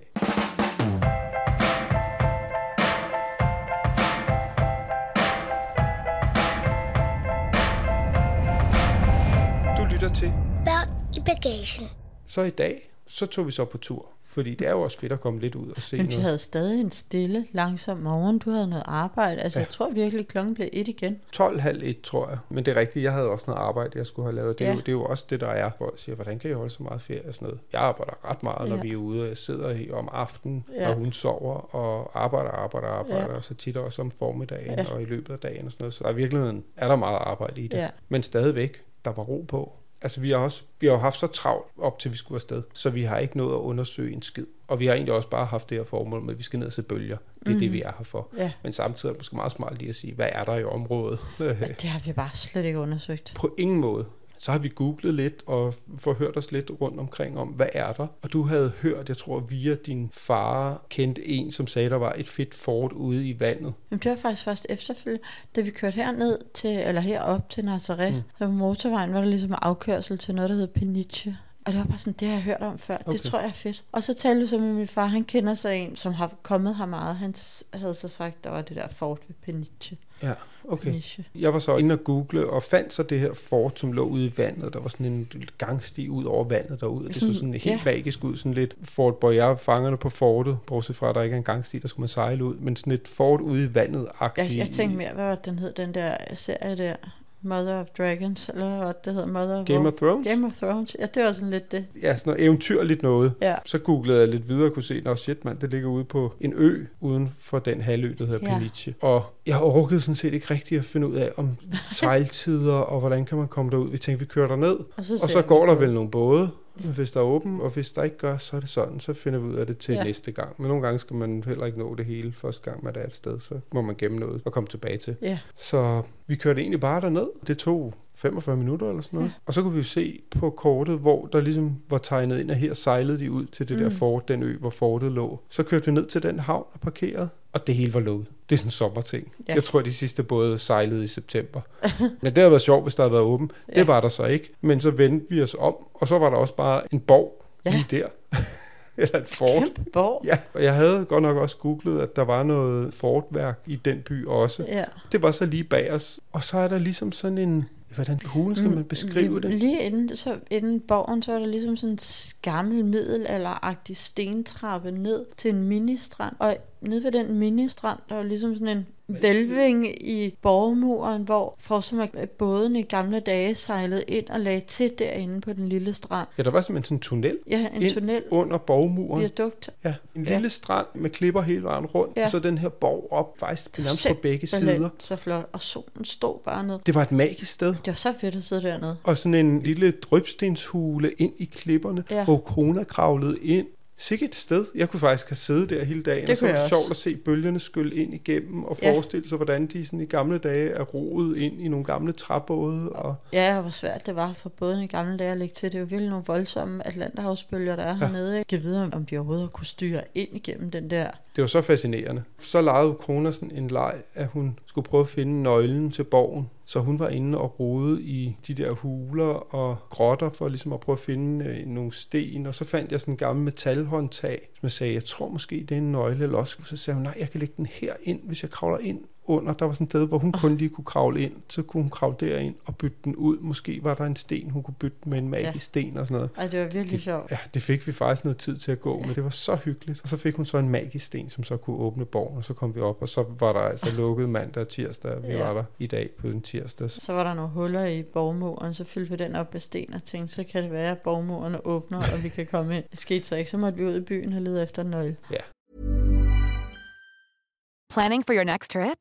S5: Du lytter til.
S3: Børn i bagagen.
S5: Så i dag, så tog vi så på tur. Fordi det er jo også fedt at komme lidt ud og se
S4: Men vi
S5: noget.
S4: havde stadig en stille, langsom morgen. Du havde noget arbejde. Altså, ja.
S5: Ja.
S4: jeg tror virkelig, klokken blev et igen.
S5: 12, halv et, tror jeg. Men det er rigtigt, jeg havde også noget arbejde, jeg skulle have lavet. Det er,
S4: Ja.
S5: ja. jo, det er jo også det, der er. Folk siger, hvordan kan I holde så meget ferie og sådan noget? Jeg arbejder ret meget, når
S4: Ja.
S5: vi er ude, og jeg sidder her om aftenen,
S4: Ja.
S5: ja. og hun sover, og arbejder, arbejder, arbejder,
S4: Ja.
S5: ja. og så tit også om formiddagen
S4: Ja.
S5: ja. og i løbet af dagen og sådan noget. Så der i virkeligheden er der meget arbejde i det.
S4: Ja.
S5: Men stadigvæk, der var ro på. Altså, vi har, også, vi har jo haft så travlt op til, vi skulle afsted, så vi har ikke nået at undersøge en skid. Og vi har egentlig også bare haft det her formål med, at vi skal ned og se bølger. Det er mm. det, vi er her for.
S4: Mhm. Ja.
S5: Men samtidig er det måske meget smart lige at sige, hvad er der i området? [LAUGHS]
S4: Men det har vi bare slet ikke undersøgt.
S5: På ingen måde. Så har vi googlet lidt og forhørt os lidt rundt omkring om, hvad er der? Og du havde hørt, jeg tror via din far kendte en, som sagde, der var et fedt fort ude i vandet.
S4: Jamen, det var faktisk først efterfølgende, da vi kørte herned til, eller herop til Nazareth, mm. der på motorvejen var der ligesom afkørsel til noget, der hed Peniche. Og det var bare sådan, det har jeg hørt om før. Okay. Det
S5: Okay.
S4: tror jeg er fedt. Og så talte vi så med min far, han kender sig en, som har kommet her meget. Han s- havde så sagt, der var det der fort ved Peniche.
S5: Ja, okay.
S4: Peniche.
S5: Jeg var så inde og google og fandt så det her fort, som lå ude i vandet. Der var sådan en gangsti ud over vandet derude. Det
S4: Sådan-
S5: så sådan helt
S4: ja.
S5: ja. magisk ud, sådan lidt Fort Boyard, fangerne på fortet. Bortset fra, at der ikke er en gangsti, der skulle man sejle ud. Men sådan et fort ude i vandet
S4: Jeg, jeg tænkte mere, hvad var den hed, den der serie der? Mother of Dragons, eller hvad det hedder, Mother of
S5: Game of
S4: War-
S5: Thrones?
S4: Game of Thrones, ja, det var sådan lidt det.
S5: Ja, sådan noget eventyrligt noget.
S4: Ja.
S5: Så googlede jeg lidt videre og kunne se, at shit mand, det ligger ude på en ø uden for den halvø, der hedder
S4: Ja.
S5: ja. Peniche. Og jeg orkede sådan set ikke rigtigt at finde ud af
S4: [LAUGHS]
S5: om sejltider og hvordan kan man komme derud. Vi tænkte, vi kører derned,
S4: Og så,
S5: og
S4: ser
S5: så
S4: jeg-
S5: går der vel nogle både, hvis der er åben, og hvis der ikke gør, så er det sådan, så finder vi ud af det til
S4: Ja.
S5: ja. næste gang. Men nogle gange skal man heller ikke nå det hele første gang, man er et sted, så må man gemme noget og komme tilbage til.
S4: Ja,
S5: Så vi kørte egentlig bare derned. Det tog 45 minutter eller sådan noget.
S4: Ja.
S5: Ja. Og så kunne vi jo se på kortet, hvor der ligesom var tegnet ind, at her sejlede de ud til det mm. der
S4: Mm.
S5: fort, den ø, hvor fortet lå. Så kørte vi ned til den havn og parkerede, og det hele var lukket. Det er sådan en sommerting.
S4: Ja.
S5: Ja. Jeg tror, de sidste både sejlede i september. [LAUGHS] Men det havde været sjovt, hvis der havde været åben. Det
S4: Ja.
S5: var der så ikke. Men så vendte vi os om, og så var der også bare en borg
S4: Ja.
S5: ja. lige der. [LAUGHS] Eller et fort.
S4: kæmpe borg.
S5: Ja, og jeg havde godt nok også googlet, at der var noget fortværk i den by også.
S4: ja.
S5: Det var så lige bag os. Og så er der ligesom sådan en... Hvordan hulen skal man beskrive
S4: Mm, Lige,
S5: det?
S4: lige inden, så, inden borgen, så var der ligesom sådan en s- gammel middelalderagtig stentrappe ned til en ministrand. Og nede ved den ministrand, der var ligesom sådan en velving i borgmuren, hvor for som at båden i gamle dage sejlede ind og lagde til derinde på den lille strand.
S5: Ja, der var simpelthen sådan en tunnel.
S4: Ja, en
S5: ind
S4: tunnel,
S5: under borgmuren. Ja.
S4: viadukt.
S5: en
S4: Ja.
S5: lille strand med klipper hele vejen rundt,
S4: Ja.
S5: ja. og så den her borg op, faktisk nærmest på
S4: Simpelthen
S5: begge sider.
S4: Så flot, og solen stod bare ned.
S5: Det var et magisk sted.
S4: Det var så fedt at sidde dernede.
S5: Og sådan en lille drøbstenshule ind i klipperne,
S4: Ja.
S5: ja. hvor corona kravlede ind. Sikke et sted. Jeg kunne faktisk have siddet der hele dagen,
S4: Det
S5: og så
S4: kunne
S5: var det
S4: jeg også.
S5: sjovt at se bølgerne skylle ind igennem, og
S4: Ja.
S5: forestille sig, hvordan de sådan i gamle dage er roet ind i nogle gamle træbåde. Og
S4: Ja, og hvor svært det var for båden i gamle dage at ligge til. Det er jo virkelig nogle voldsomme Atlanterhavsbølger, der er ja. hernede. Ikke? Jeg ved, om- om de overhovedet har kunne styre ind igennem den der.
S5: Det var så fascinerende. Så legede Krona sådan en leg, at hun skulle prøve at finde nøglen til borgen. Så hun var inde og rode i de der huler og grotter for ligesom at prøve at finde øh, nogle sten. Og så fandt jeg sådan en gammel metalhåndtag, som jeg sagde, jeg tror måske det er en nøgle eller også. Så sagde hun, nej, jeg kan lægge den her ind, hvis jeg kravler ind under. Der var sådan et sted, hvor hun kun lige kunne kravle ind. Så kunne hun kravle derind og bytte den ud. Måske var der en sten, hun kunne bytte med en magisk
S4: Ja.
S5: ja. sten og sådan noget.
S4: Ej, det var virkelig sjovt.
S5: Ja, det fik vi faktisk noget tid til at gå, men det var så hyggeligt. Og så fik hun så en magisk sten, som så kunne åbne borgen, og så kom vi op, og så var der altså
S4: [LAUGHS]
S5: lukket mandag og tirsdag. og Vi
S4: Ja.
S5: ja. var der i dag på en tirsdag.
S4: Så var der nogle huller i borgmuren, så fyldte vi den op med sten og tænkte, så kan det være, at borgmuren åbner, og vi kan komme ind. Det skete så ikke, så måtte vi ud i byen og lede efter en nøgle.
S1: Planning for your next trip?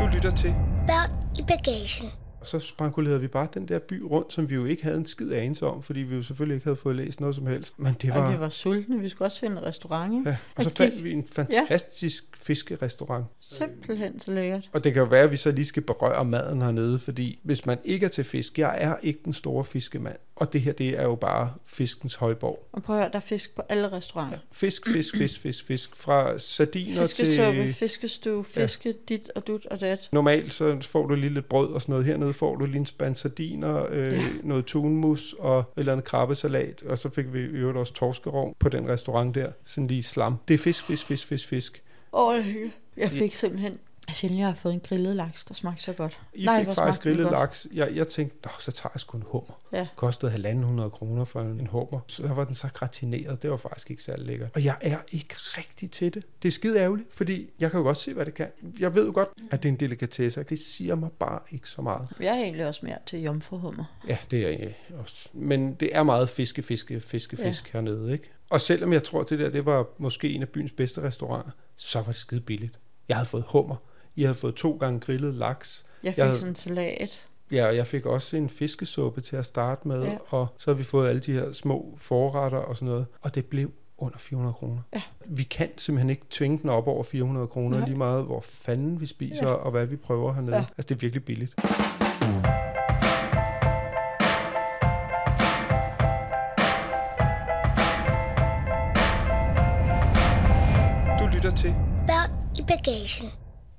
S5: Du lytter til.
S3: Børn i bagagen.
S5: Og så spankulerede vi bare den der by rundt, som vi jo ikke havde en skid anelse om, fordi vi jo selvfølgelig ikke havde fået læst noget som helst. Men det var...
S4: Og vi var sultne, vi skulle også finde en restaurant. ikke?
S5: Ja. Og så
S4: gik-
S5: fandt vi en fantastisk ja. fiskerestaurant.
S4: Simpelthen så lækkert.
S5: Og det kan jo være, at vi så lige skal berøre maden hernede, fordi hvis man ikke er til fisk, jeg er ikke den store fiskemand, og det her, det er jo bare fiskens højborg.
S4: Og prøv at høre, der er fisk på alle restauranter.
S5: Fisk, fisk, fisk, fisk, fisk. Fra sardiner
S4: Fiskesuppe,
S5: til...
S4: fiskestue, fiske dit og dut og dat.
S5: Normalt så får du lige lidt brød og sådan noget. Hernede får du lige en spand sardiner, øh,
S4: Ja.
S5: ja. noget tunmus og et eller andet krabbesalat. Og så fik vi i øvrigt også torskerov på den restaurant der. Sådan lige slam. Det er fisk, fisk, fisk, fisk, fisk.
S4: Åh, det Jeg fik simpelthen... Sjældent, jeg har fået en grillet laks, der smagte så godt.
S5: I
S4: Nej,
S5: Nej,
S4: hvor
S5: fik faktisk
S4: smagte den
S5: grillet
S4: godt.
S5: laks. Jeg, jeg tænkte, Nå, så tager jeg sgu en hummer.
S4: Ja.
S5: Kostede 1.500 kroner for en en hummer. Så var den så gratineret. Det var faktisk ikke særlig lækkert. Og jeg er ikke rigtig til det. Det er skide ærgerligt, fordi jeg kan jo godt se, hvad det kan. Jeg ved jo godt, at det er en delikatesse. Det siger mig bare ikke så meget.
S4: Jeg er egentlig også mere til jomfruhummer.
S5: Ja, det er jeg også. Men det er meget fiske, fiske, fiske, fisk ja. hernede, ikke? Og selvom jeg tror, det der det var måske en af byens bedste restauranter, så var det skide billigt. Jeg havde fået hummer. I havde fået to gange grillet laks.
S4: Jeg fik
S5: Jeg-
S4: sådan en salat.
S5: Ja, og jeg fik også en fiskesuppe til at starte med,
S4: Ja.
S5: ja. og så har vi fået alle de her små forretter og sådan noget, og det blev under 400 kroner.
S4: Ja.
S5: Vi kan simpelthen ikke tvinge den op over 400 kroner,
S4: Nej.
S5: lige meget hvor fanden vi spiser
S4: Ja.
S5: ja. og hvad vi prøver hernede.
S4: Ja.
S5: Ja. Altså, det er virkelig billigt.
S7: lytter til
S3: Børn i bagagen.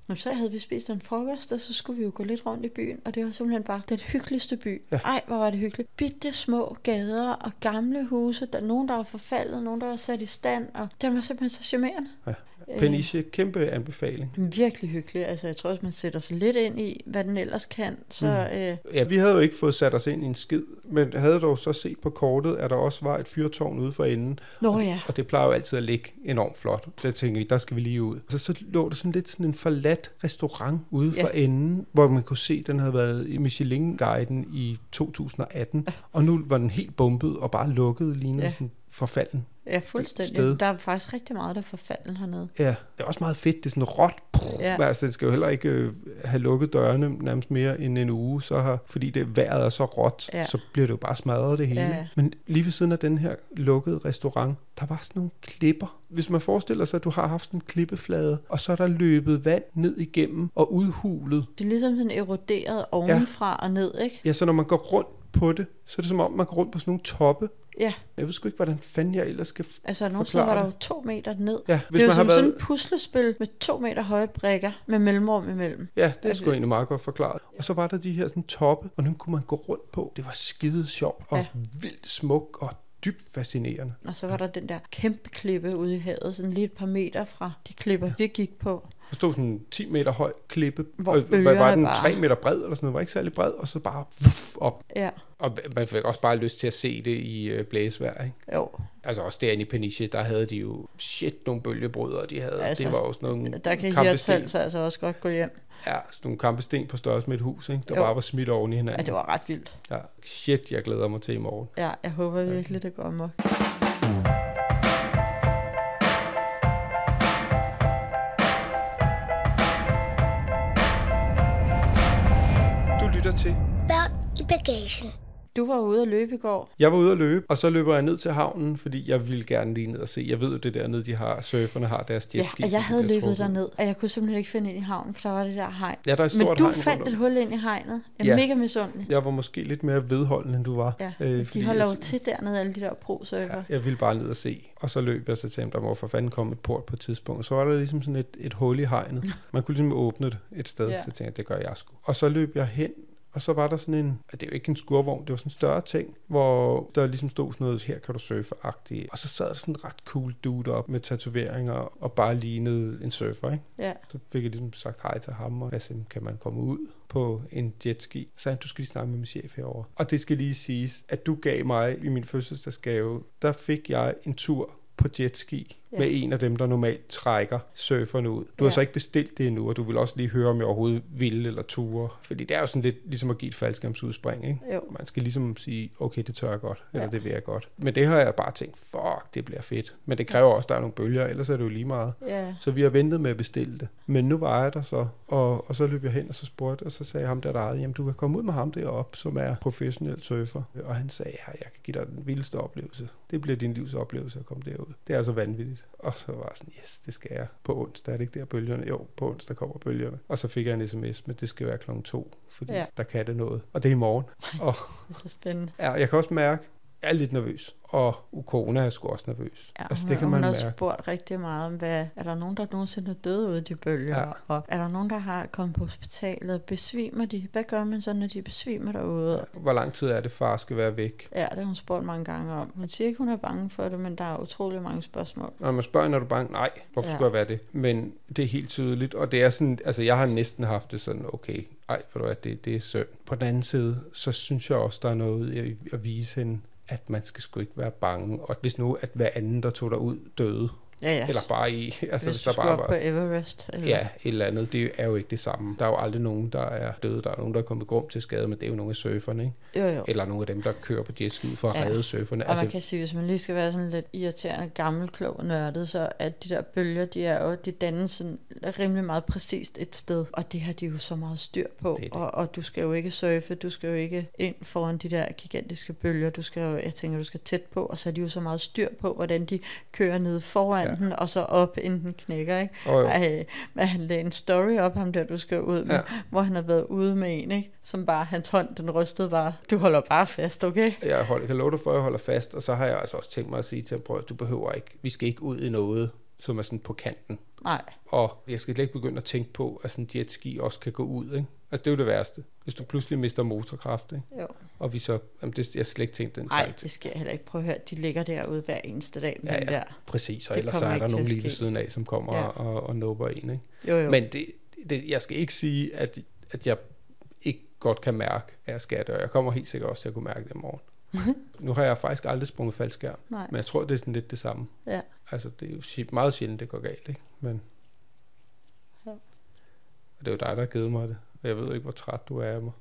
S4: Nå, så havde vi spist en frokost, og så skulle vi jo gå lidt rundt i byen, og det var simpelthen bare den hyggeligste by. Ja. Ej, hvor var det hyggeligt. Bitte små gader og gamle huse, der nogen, der var forfaldet, nogen, der var sat i stand, og den var simpelthen så charmerende.
S5: Ja.
S4: Øh.
S5: Peniche, kæmpe anbefaling.
S4: Virkelig hyggelig. Altså, jeg tror også, man sætter sig lidt ind i, hvad den ellers kan. Så mm. øh,
S5: Ja, vi havde jo ikke fået sat os ind i en skid, men havde dog så set på kortet, at der også var et fyrtårn ude for enden.
S4: Nå
S5: og det,
S4: ja.
S5: Og det plejer jo altid at ligge enormt flot. Så jeg tænkte, vi, der skal vi lige ud. Så, så lå der sådan lidt sådan en forladt restaurant ude
S4: Ja.
S5: for enden, hvor man kunne se, at den havde været i Michelin-guiden i 2018. Og nu var den helt bumpet og bare lukket, lignede
S4: Ja.
S5: ja. sådan forfalden.
S4: ja, fuldstændig.
S5: Sted.
S4: Der er faktisk rigtig meget, der er forfalden hernede.
S5: Ja, det er også meget fedt. Det er sådan råt.
S4: Ja.
S5: Ja. Altså, det skal jo heller ikke øh, have lukket dørene nærmest mere end en uge, så har, fordi det vejret er så råt,
S4: Ja.
S5: ja. så bliver det jo bare smadret det hele.
S4: Ja, ja.
S5: Ja. Men lige ved siden af den her lukkede restaurant, der var sådan nogle klipper. Hvis man forestiller sig, at du har haft sådan en klippeflade, og så er der løbet vand ned igennem og udhulet.
S4: Det er ligesom sådan eroderet ovenfra ja. og ned, ikke?
S5: Ja, så når man går rundt på det, så er det som om, man går rundt på sådan nogle toppe.
S4: Ja,
S5: Jeg ved sgu ikke, hvordan fanden jeg ellers skal f-
S4: altså nogle steder
S5: forklare
S4: var der jo
S5: det.
S4: to meter ned.
S5: Ja,
S4: det
S5: hvis
S4: er jo
S5: man har
S4: som sådan
S5: været-
S4: et puslespil med to meter høje brækker med mellemrum imellem.
S5: Ja, det er sgu egentlig meget godt forklaret. Og så var der de her sådan toppe, og nu kunne man gå rundt på. Det var skide sjovt og
S4: Ja.
S5: ja. vildt smuk og dybt fascinerende.
S4: Og så var der den der kæmpe klippe ude i havet, sådan lige et par meter fra de klipper, vi gik på.
S5: Der stod sådan en 10 meter høj klippe,
S4: Hvor
S5: og hvad var
S4: bølgerne
S5: den?
S4: bare-
S5: 3 meter bred eller sådan noget, var ikke særlig bred, og så bare vuff, op.
S4: Ja,
S5: Og man fik også bare lyst til at se det i øh, blæsvejr, ikke?
S4: jo.
S5: Altså også derinde i Peniche, der havde de jo shit nogle bølgebrydere, de havde.
S4: Altså,
S5: Altså, det var også nogle
S4: Der kan
S5: kampesten.
S4: Hirtal så altså også godt gå hjem.
S5: Ja, sådan nogle kampesten på størrelse med et hus, ikke? Der
S4: Jo.
S5: bare var smidt oven i hinanden.
S4: Ja, det var ret vildt.
S5: ja, shit, jeg glæder mig til i morgen.
S4: Ja, jeg håber virkelig, det går amok.
S7: Du lytter til
S3: Børn i bagagen.
S4: Du var ude at løbe i går.
S5: Jeg var ude at løbe, og så løber jeg ned til havnen, fordi jeg ville gerne lige ned og se. Jeg ved jo det der nede, de har, surferne har deres
S4: Ja,
S5: jetski. som
S4: og
S5: de
S4: jeg havde
S5: bliver
S4: løbet
S5: trukket.
S4: derned, og jeg kunne simpelthen ikke finde ind i havnen, for der var det der hegn.
S5: Ja, der er et
S4: Men
S5: stort
S4: du
S5: hegn rundt
S4: fandt
S5: om.
S4: et hul ind i hegnet. Jeg er
S5: Ja.
S4: mega misundelig.
S5: Jeg var måske lidt mere vedholden, end du var. øh,
S4: Ja,
S5: fordi
S4: de holder jo
S5: jeg,
S4: til dernede, alle de der pro-surfer.
S5: Ja, jeg ville bare ned og se, og så løb jeg så til ham, der må for fanden komme et port på et tidspunkt. Så var der ligesom sådan et, et hul i hegnet. Man kunne ligesom åbne det et sted,
S4: Ja.
S5: ja. så tænkte jeg, det gør jeg sgu. Og så løb jeg hen, og så var der sådan en, det er jo ikke en skurvogn, det var sådan en større ting, hvor der ligesom stod sådan noget, her kan du surfe-agtigt. Og så sad der sådan en ret cool dude op med tatoveringer og bare lignede en surfer, ikke?
S4: Ja.
S5: Så fik jeg ligesom sagt hej til ham, og jeg sagde, kan man komme ud på en jetski? Så sagde han, du skal lige snakke med min chef herovre. Og det skal lige siges, at du gav mig i min fødselsdagsgave, der fik jeg en tur på jetski
S4: Ja.
S5: ja. med en af dem, der normalt trækker surferne ud. Du ja.
S4: Ja.
S5: har så ikke bestilt det endnu, og du vil også lige høre, om jeg overhovedet vil eller ture. Fordi det er jo sådan lidt ligesom at give et faldskærmsudspring, ikke?
S4: Jo.
S5: Man skal ligesom sige, okay, det tør jeg godt, eller
S4: Ja.
S5: ja. det vil jeg godt. Men det har jeg bare tænkt, fuck, det bliver fedt. Men det kræver også, at der er nogle bølger, ellers er det jo lige meget.
S4: Ja.
S5: Så vi har ventet med at bestille det. Men nu var jeg der så, og, og så løb jeg hen, og så spurgte, og så sagde ham der, der ejede, jamen du kan komme ud med ham deroppe, som er professionel surfer. Og han sagde, ja, jeg kan give dig den vildeste oplevelse. Det bliver din livs oplevelse at komme derud. Det er så vanvittigt. Og så var jeg sådan, yes, det skal jeg. På onsdag er det ikke der bølgerne? Jo, på onsdag kommer bølgerne. Og så fik jeg en sms, men det skal være klokken to, fordi
S4: Ja.
S5: ja. der kan det noget. Og det er i morgen. Og
S4: Det er så spændende.
S5: ja, jeg kan også mærke, jeg er lidt nervøs. Og Ukona er sgu også nervøs.
S4: Ja,
S5: altså,
S4: hun-
S5: det kan
S4: hun
S5: man
S4: har også
S5: mærke.
S4: spurgt rigtig meget om, hvad, er der nogen, der nogensinde er døde ude i de bølger?
S5: Ja.
S4: Og er der nogen, der har kommet på hospitalet? Besvimer de? Hvad gør man så, når de besvimer derude?
S5: Hvor lang tid er det, far skal være væk?
S4: Ja, det har hun spurgt mange gange om. Hun siger ikke, hun er bange for det, men der er utrolig mange spørgsmål.
S5: Når man spørger, når du er bange, nej, hvorfor
S4: Ja.
S5: ja. skulle jeg være det? Men det er helt tydeligt, og det er sådan, altså jeg har næsten haft det sådan, okay, ej, ved du hvad, det, det er synd. På den anden side, så synes jeg også, der er noget i at, at vise hende, at man skal sgu ikke være bange, og hvis nu, at hver anden, der tog dig ud, døde,
S4: Ja, ja.
S5: yes. eller bare i, [LAUGHS] altså
S4: hvis,
S5: hvis, hvis
S4: du
S5: der
S4: skulle
S5: bare
S4: op på
S5: var...
S4: Everest. Eller,
S5: Ja, et eller andet, det er jo ikke det samme. Der er jo aldrig nogen, der er døde, der er nogen, der er kommet grum til skade, men det er jo nogle af surferne, ikke?
S4: Jo, jo.
S5: Eller nogle af dem, der kører på jetski for at
S4: Ja.
S5: ja. redde surferne.
S4: Og altså, man kan sige, hvis man lige skal være sådan lidt irriterende, gammel, klog og nørdet, så at de der bølger, de er jo, de danner sådan rimelig meget præcist et sted, og det har de jo så meget styr på,
S5: Det er det.
S4: Og, og, du skal jo ikke surfe, du skal jo ikke ind foran de der gigantiske bølger, du skal jo, jeg tænker, du skal tæt på, og så er de jo så meget styr på, hvordan de kører ned foran ja. den, og så op, inden den knækker, ikke?
S5: Jo, jo.
S4: Ej, men han lagde en story op, ham der, du skal ud med, ja.
S5: Ja.
S4: hvor han har været ude med en, ikke? Som bare, hans hånd, den rystede bare, du holder bare fast, okay?
S5: jeg holder, kan love dig for, at jeg holder fast, og så har jeg altså også tænkt mig at sige til ham, prøv, at du behøver ikke, vi skal ikke ud i noget, som er sådan på kanten.
S4: Nej.
S5: Og jeg skal slet ikke begynde at tænke på, at sådan en jetski også kan gå ud. Ikke? Altså det er jo det værste. Hvis du pludselig mister motorkraft, ikke?
S4: Jo.
S5: og vi så, jamen det, jeg har slet ikke tænkt den
S4: Nej,
S5: tanke.
S4: det skal jeg heller ikke. Prøv at høre, de ligger derude hver eneste dag. Men ja, ja. Der.
S5: Præcis, og
S4: Det
S5: ellers så
S4: kommer
S5: er
S4: ikke
S5: der
S4: til
S5: nogen
S4: at
S5: lige ved
S4: ske.
S5: siden af, som kommer
S4: Ja.
S5: ja. og, og nubber en. Ikke?
S4: Jo, jo.
S5: Men det, det, jeg skal ikke sige, at, at jeg ikke godt kan mærke, at jeg skal dø. Jeg kommer helt sikkert også til at kunne mærke det i
S4: [LAUGHS]
S5: morgen. nu har jeg faktisk aldrig sprunget faldskærm,
S4: Nej.
S5: men jeg tror, det er sådan lidt det samme.
S4: Ja.
S5: Altså, det er jo sj- meget sjældent, det går galt, ikke? Men...
S4: Ja.
S5: Og det er jo dig, der har givet mig det. Og jeg ved jo ikke, hvor træt du er af mig.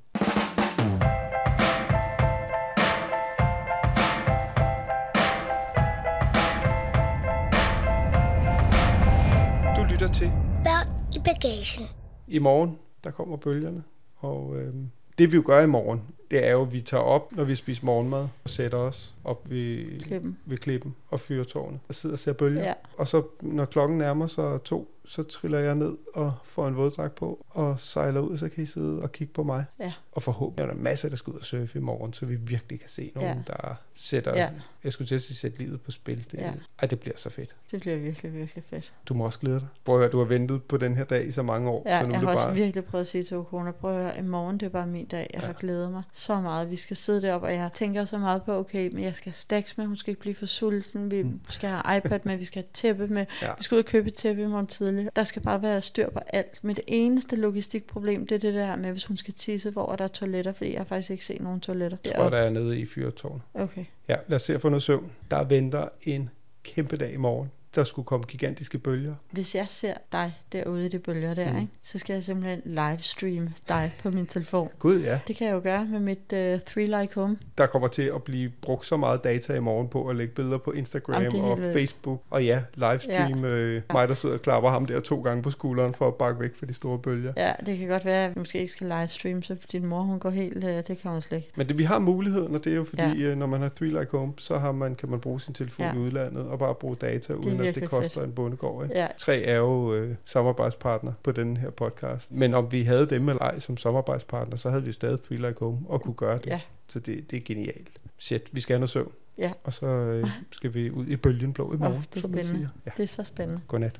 S5: Du lytter til
S3: Børn i bagagen.
S5: i morgen, der kommer bølgerne. Og øh, det vi jo gør i morgen, det er jo, at vi tager op, når vi spiser morgenmad, og sætter os op ved
S4: Klippen.
S5: ved klippen og fyrtårnet og sidder og ser bølger.
S4: Ja.
S5: Ja. Og så når klokken nærmer sig to, så triller jeg ned og får en våddragt på og sejler ud, så kan I sidde og kigge på mig.
S4: Ja.
S5: Og forhåbentlig er der masser, der skal ud og surfe i morgen, så vi virkelig kan se nogen,
S4: Ja.
S5: ja. der sætter,
S4: Ja.
S5: ja. jeg skulle til at sige, sætte livet på spil. Det,
S4: Ja.
S5: ja. Ej, det bliver så fedt.
S4: Det bliver virkelig, virkelig fedt.
S5: Du må også glæde dig. Prøv at høre, du har ventet på den her dag i så mange år,
S4: Ja,
S5: så nu
S4: jeg
S5: er det
S4: har også
S5: bare...
S4: virkelig prøvet at sige til Okona, prøv at høre, i morgen det er bare min dag, jeg ja. har glædet mig så meget. Vi skal sidde deroppe, og jeg tænker så meget på, okay, men jeg skal have staks med, hun skal ikke blive for sulten, vi skal have iPad med, vi skal have tæppe med, ja.
S5: Mm. Ja.
S4: vi skal ud og købe et tæppe i morgen tidlig. Der skal bare være styr på alt. Mit eneste logistikproblem, det er det der med, hvis hun skal tisse, hvor er der toiletter, fordi jeg har faktisk ikke set nogen toiletter.
S5: Jeg tror, der er nede i fyrtårnet.
S4: Okay,
S5: Ja, lad os se at få noget søvn. Der venter en kæmpe dag i morgen. Der skulle komme gigantiske bølger.
S4: hvis jeg ser dig derude i det bølger der, mm. ikke, så skal jeg simpelthen livestream dig på min telefon.
S5: Gud ja.
S4: Det kan jeg jo gøre med mit uh, Three Like Home.
S5: der kommer til at blive brugt så meget data i morgen på at lægge billeder på Instagram
S4: Jamen, det er helt
S5: og
S4: vildt.
S5: Facebook. Og ja, livestream. Ja. Øh, mig, der sidder og klapper ham der to gange på skulderen for at bakke væk fra de store bølger.
S4: Ja, det kan godt være, at vi måske ikke skal livestream, så din mor, hun går helt, øh, det kan hun slet ikke.
S5: Men det, vi har muligheden, og det er jo fordi, ja. når man har Three Like Home, så har man, kan man bruge sin telefon
S4: Ja.
S5: ja. i udlandet og bare bruge data, uden at
S4: virkelig
S5: det koster en bondegård. Ikke?
S4: Ja.
S5: Tre er jo øh, samarbejdspartner på den her podcast. Men om vi havde dem eller ej som samarbejdspartner, så havde vi jo stadig Three Like Home og kunne gøre det.
S4: Ja.
S5: Så det, det er genialt. Shit, vi skal have noget søvn.
S4: Ja.
S5: Og så øh, skal vi ud i bølgen blå i morgen,
S4: det er
S5: som man
S4: spændende.
S5: siger. Ja.
S4: Det er så spændende.
S5: Godnat.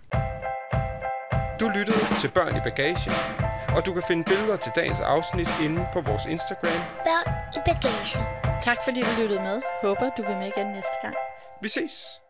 S5: Du lyttede til Børn i Bagagen, og du kan finde billeder til dagens afsnit inde på vores Instagram.
S3: Børn i bagagen.
S4: Tak fordi du lyttede med. Håber, du vil med igen næste gang.
S5: Vi ses!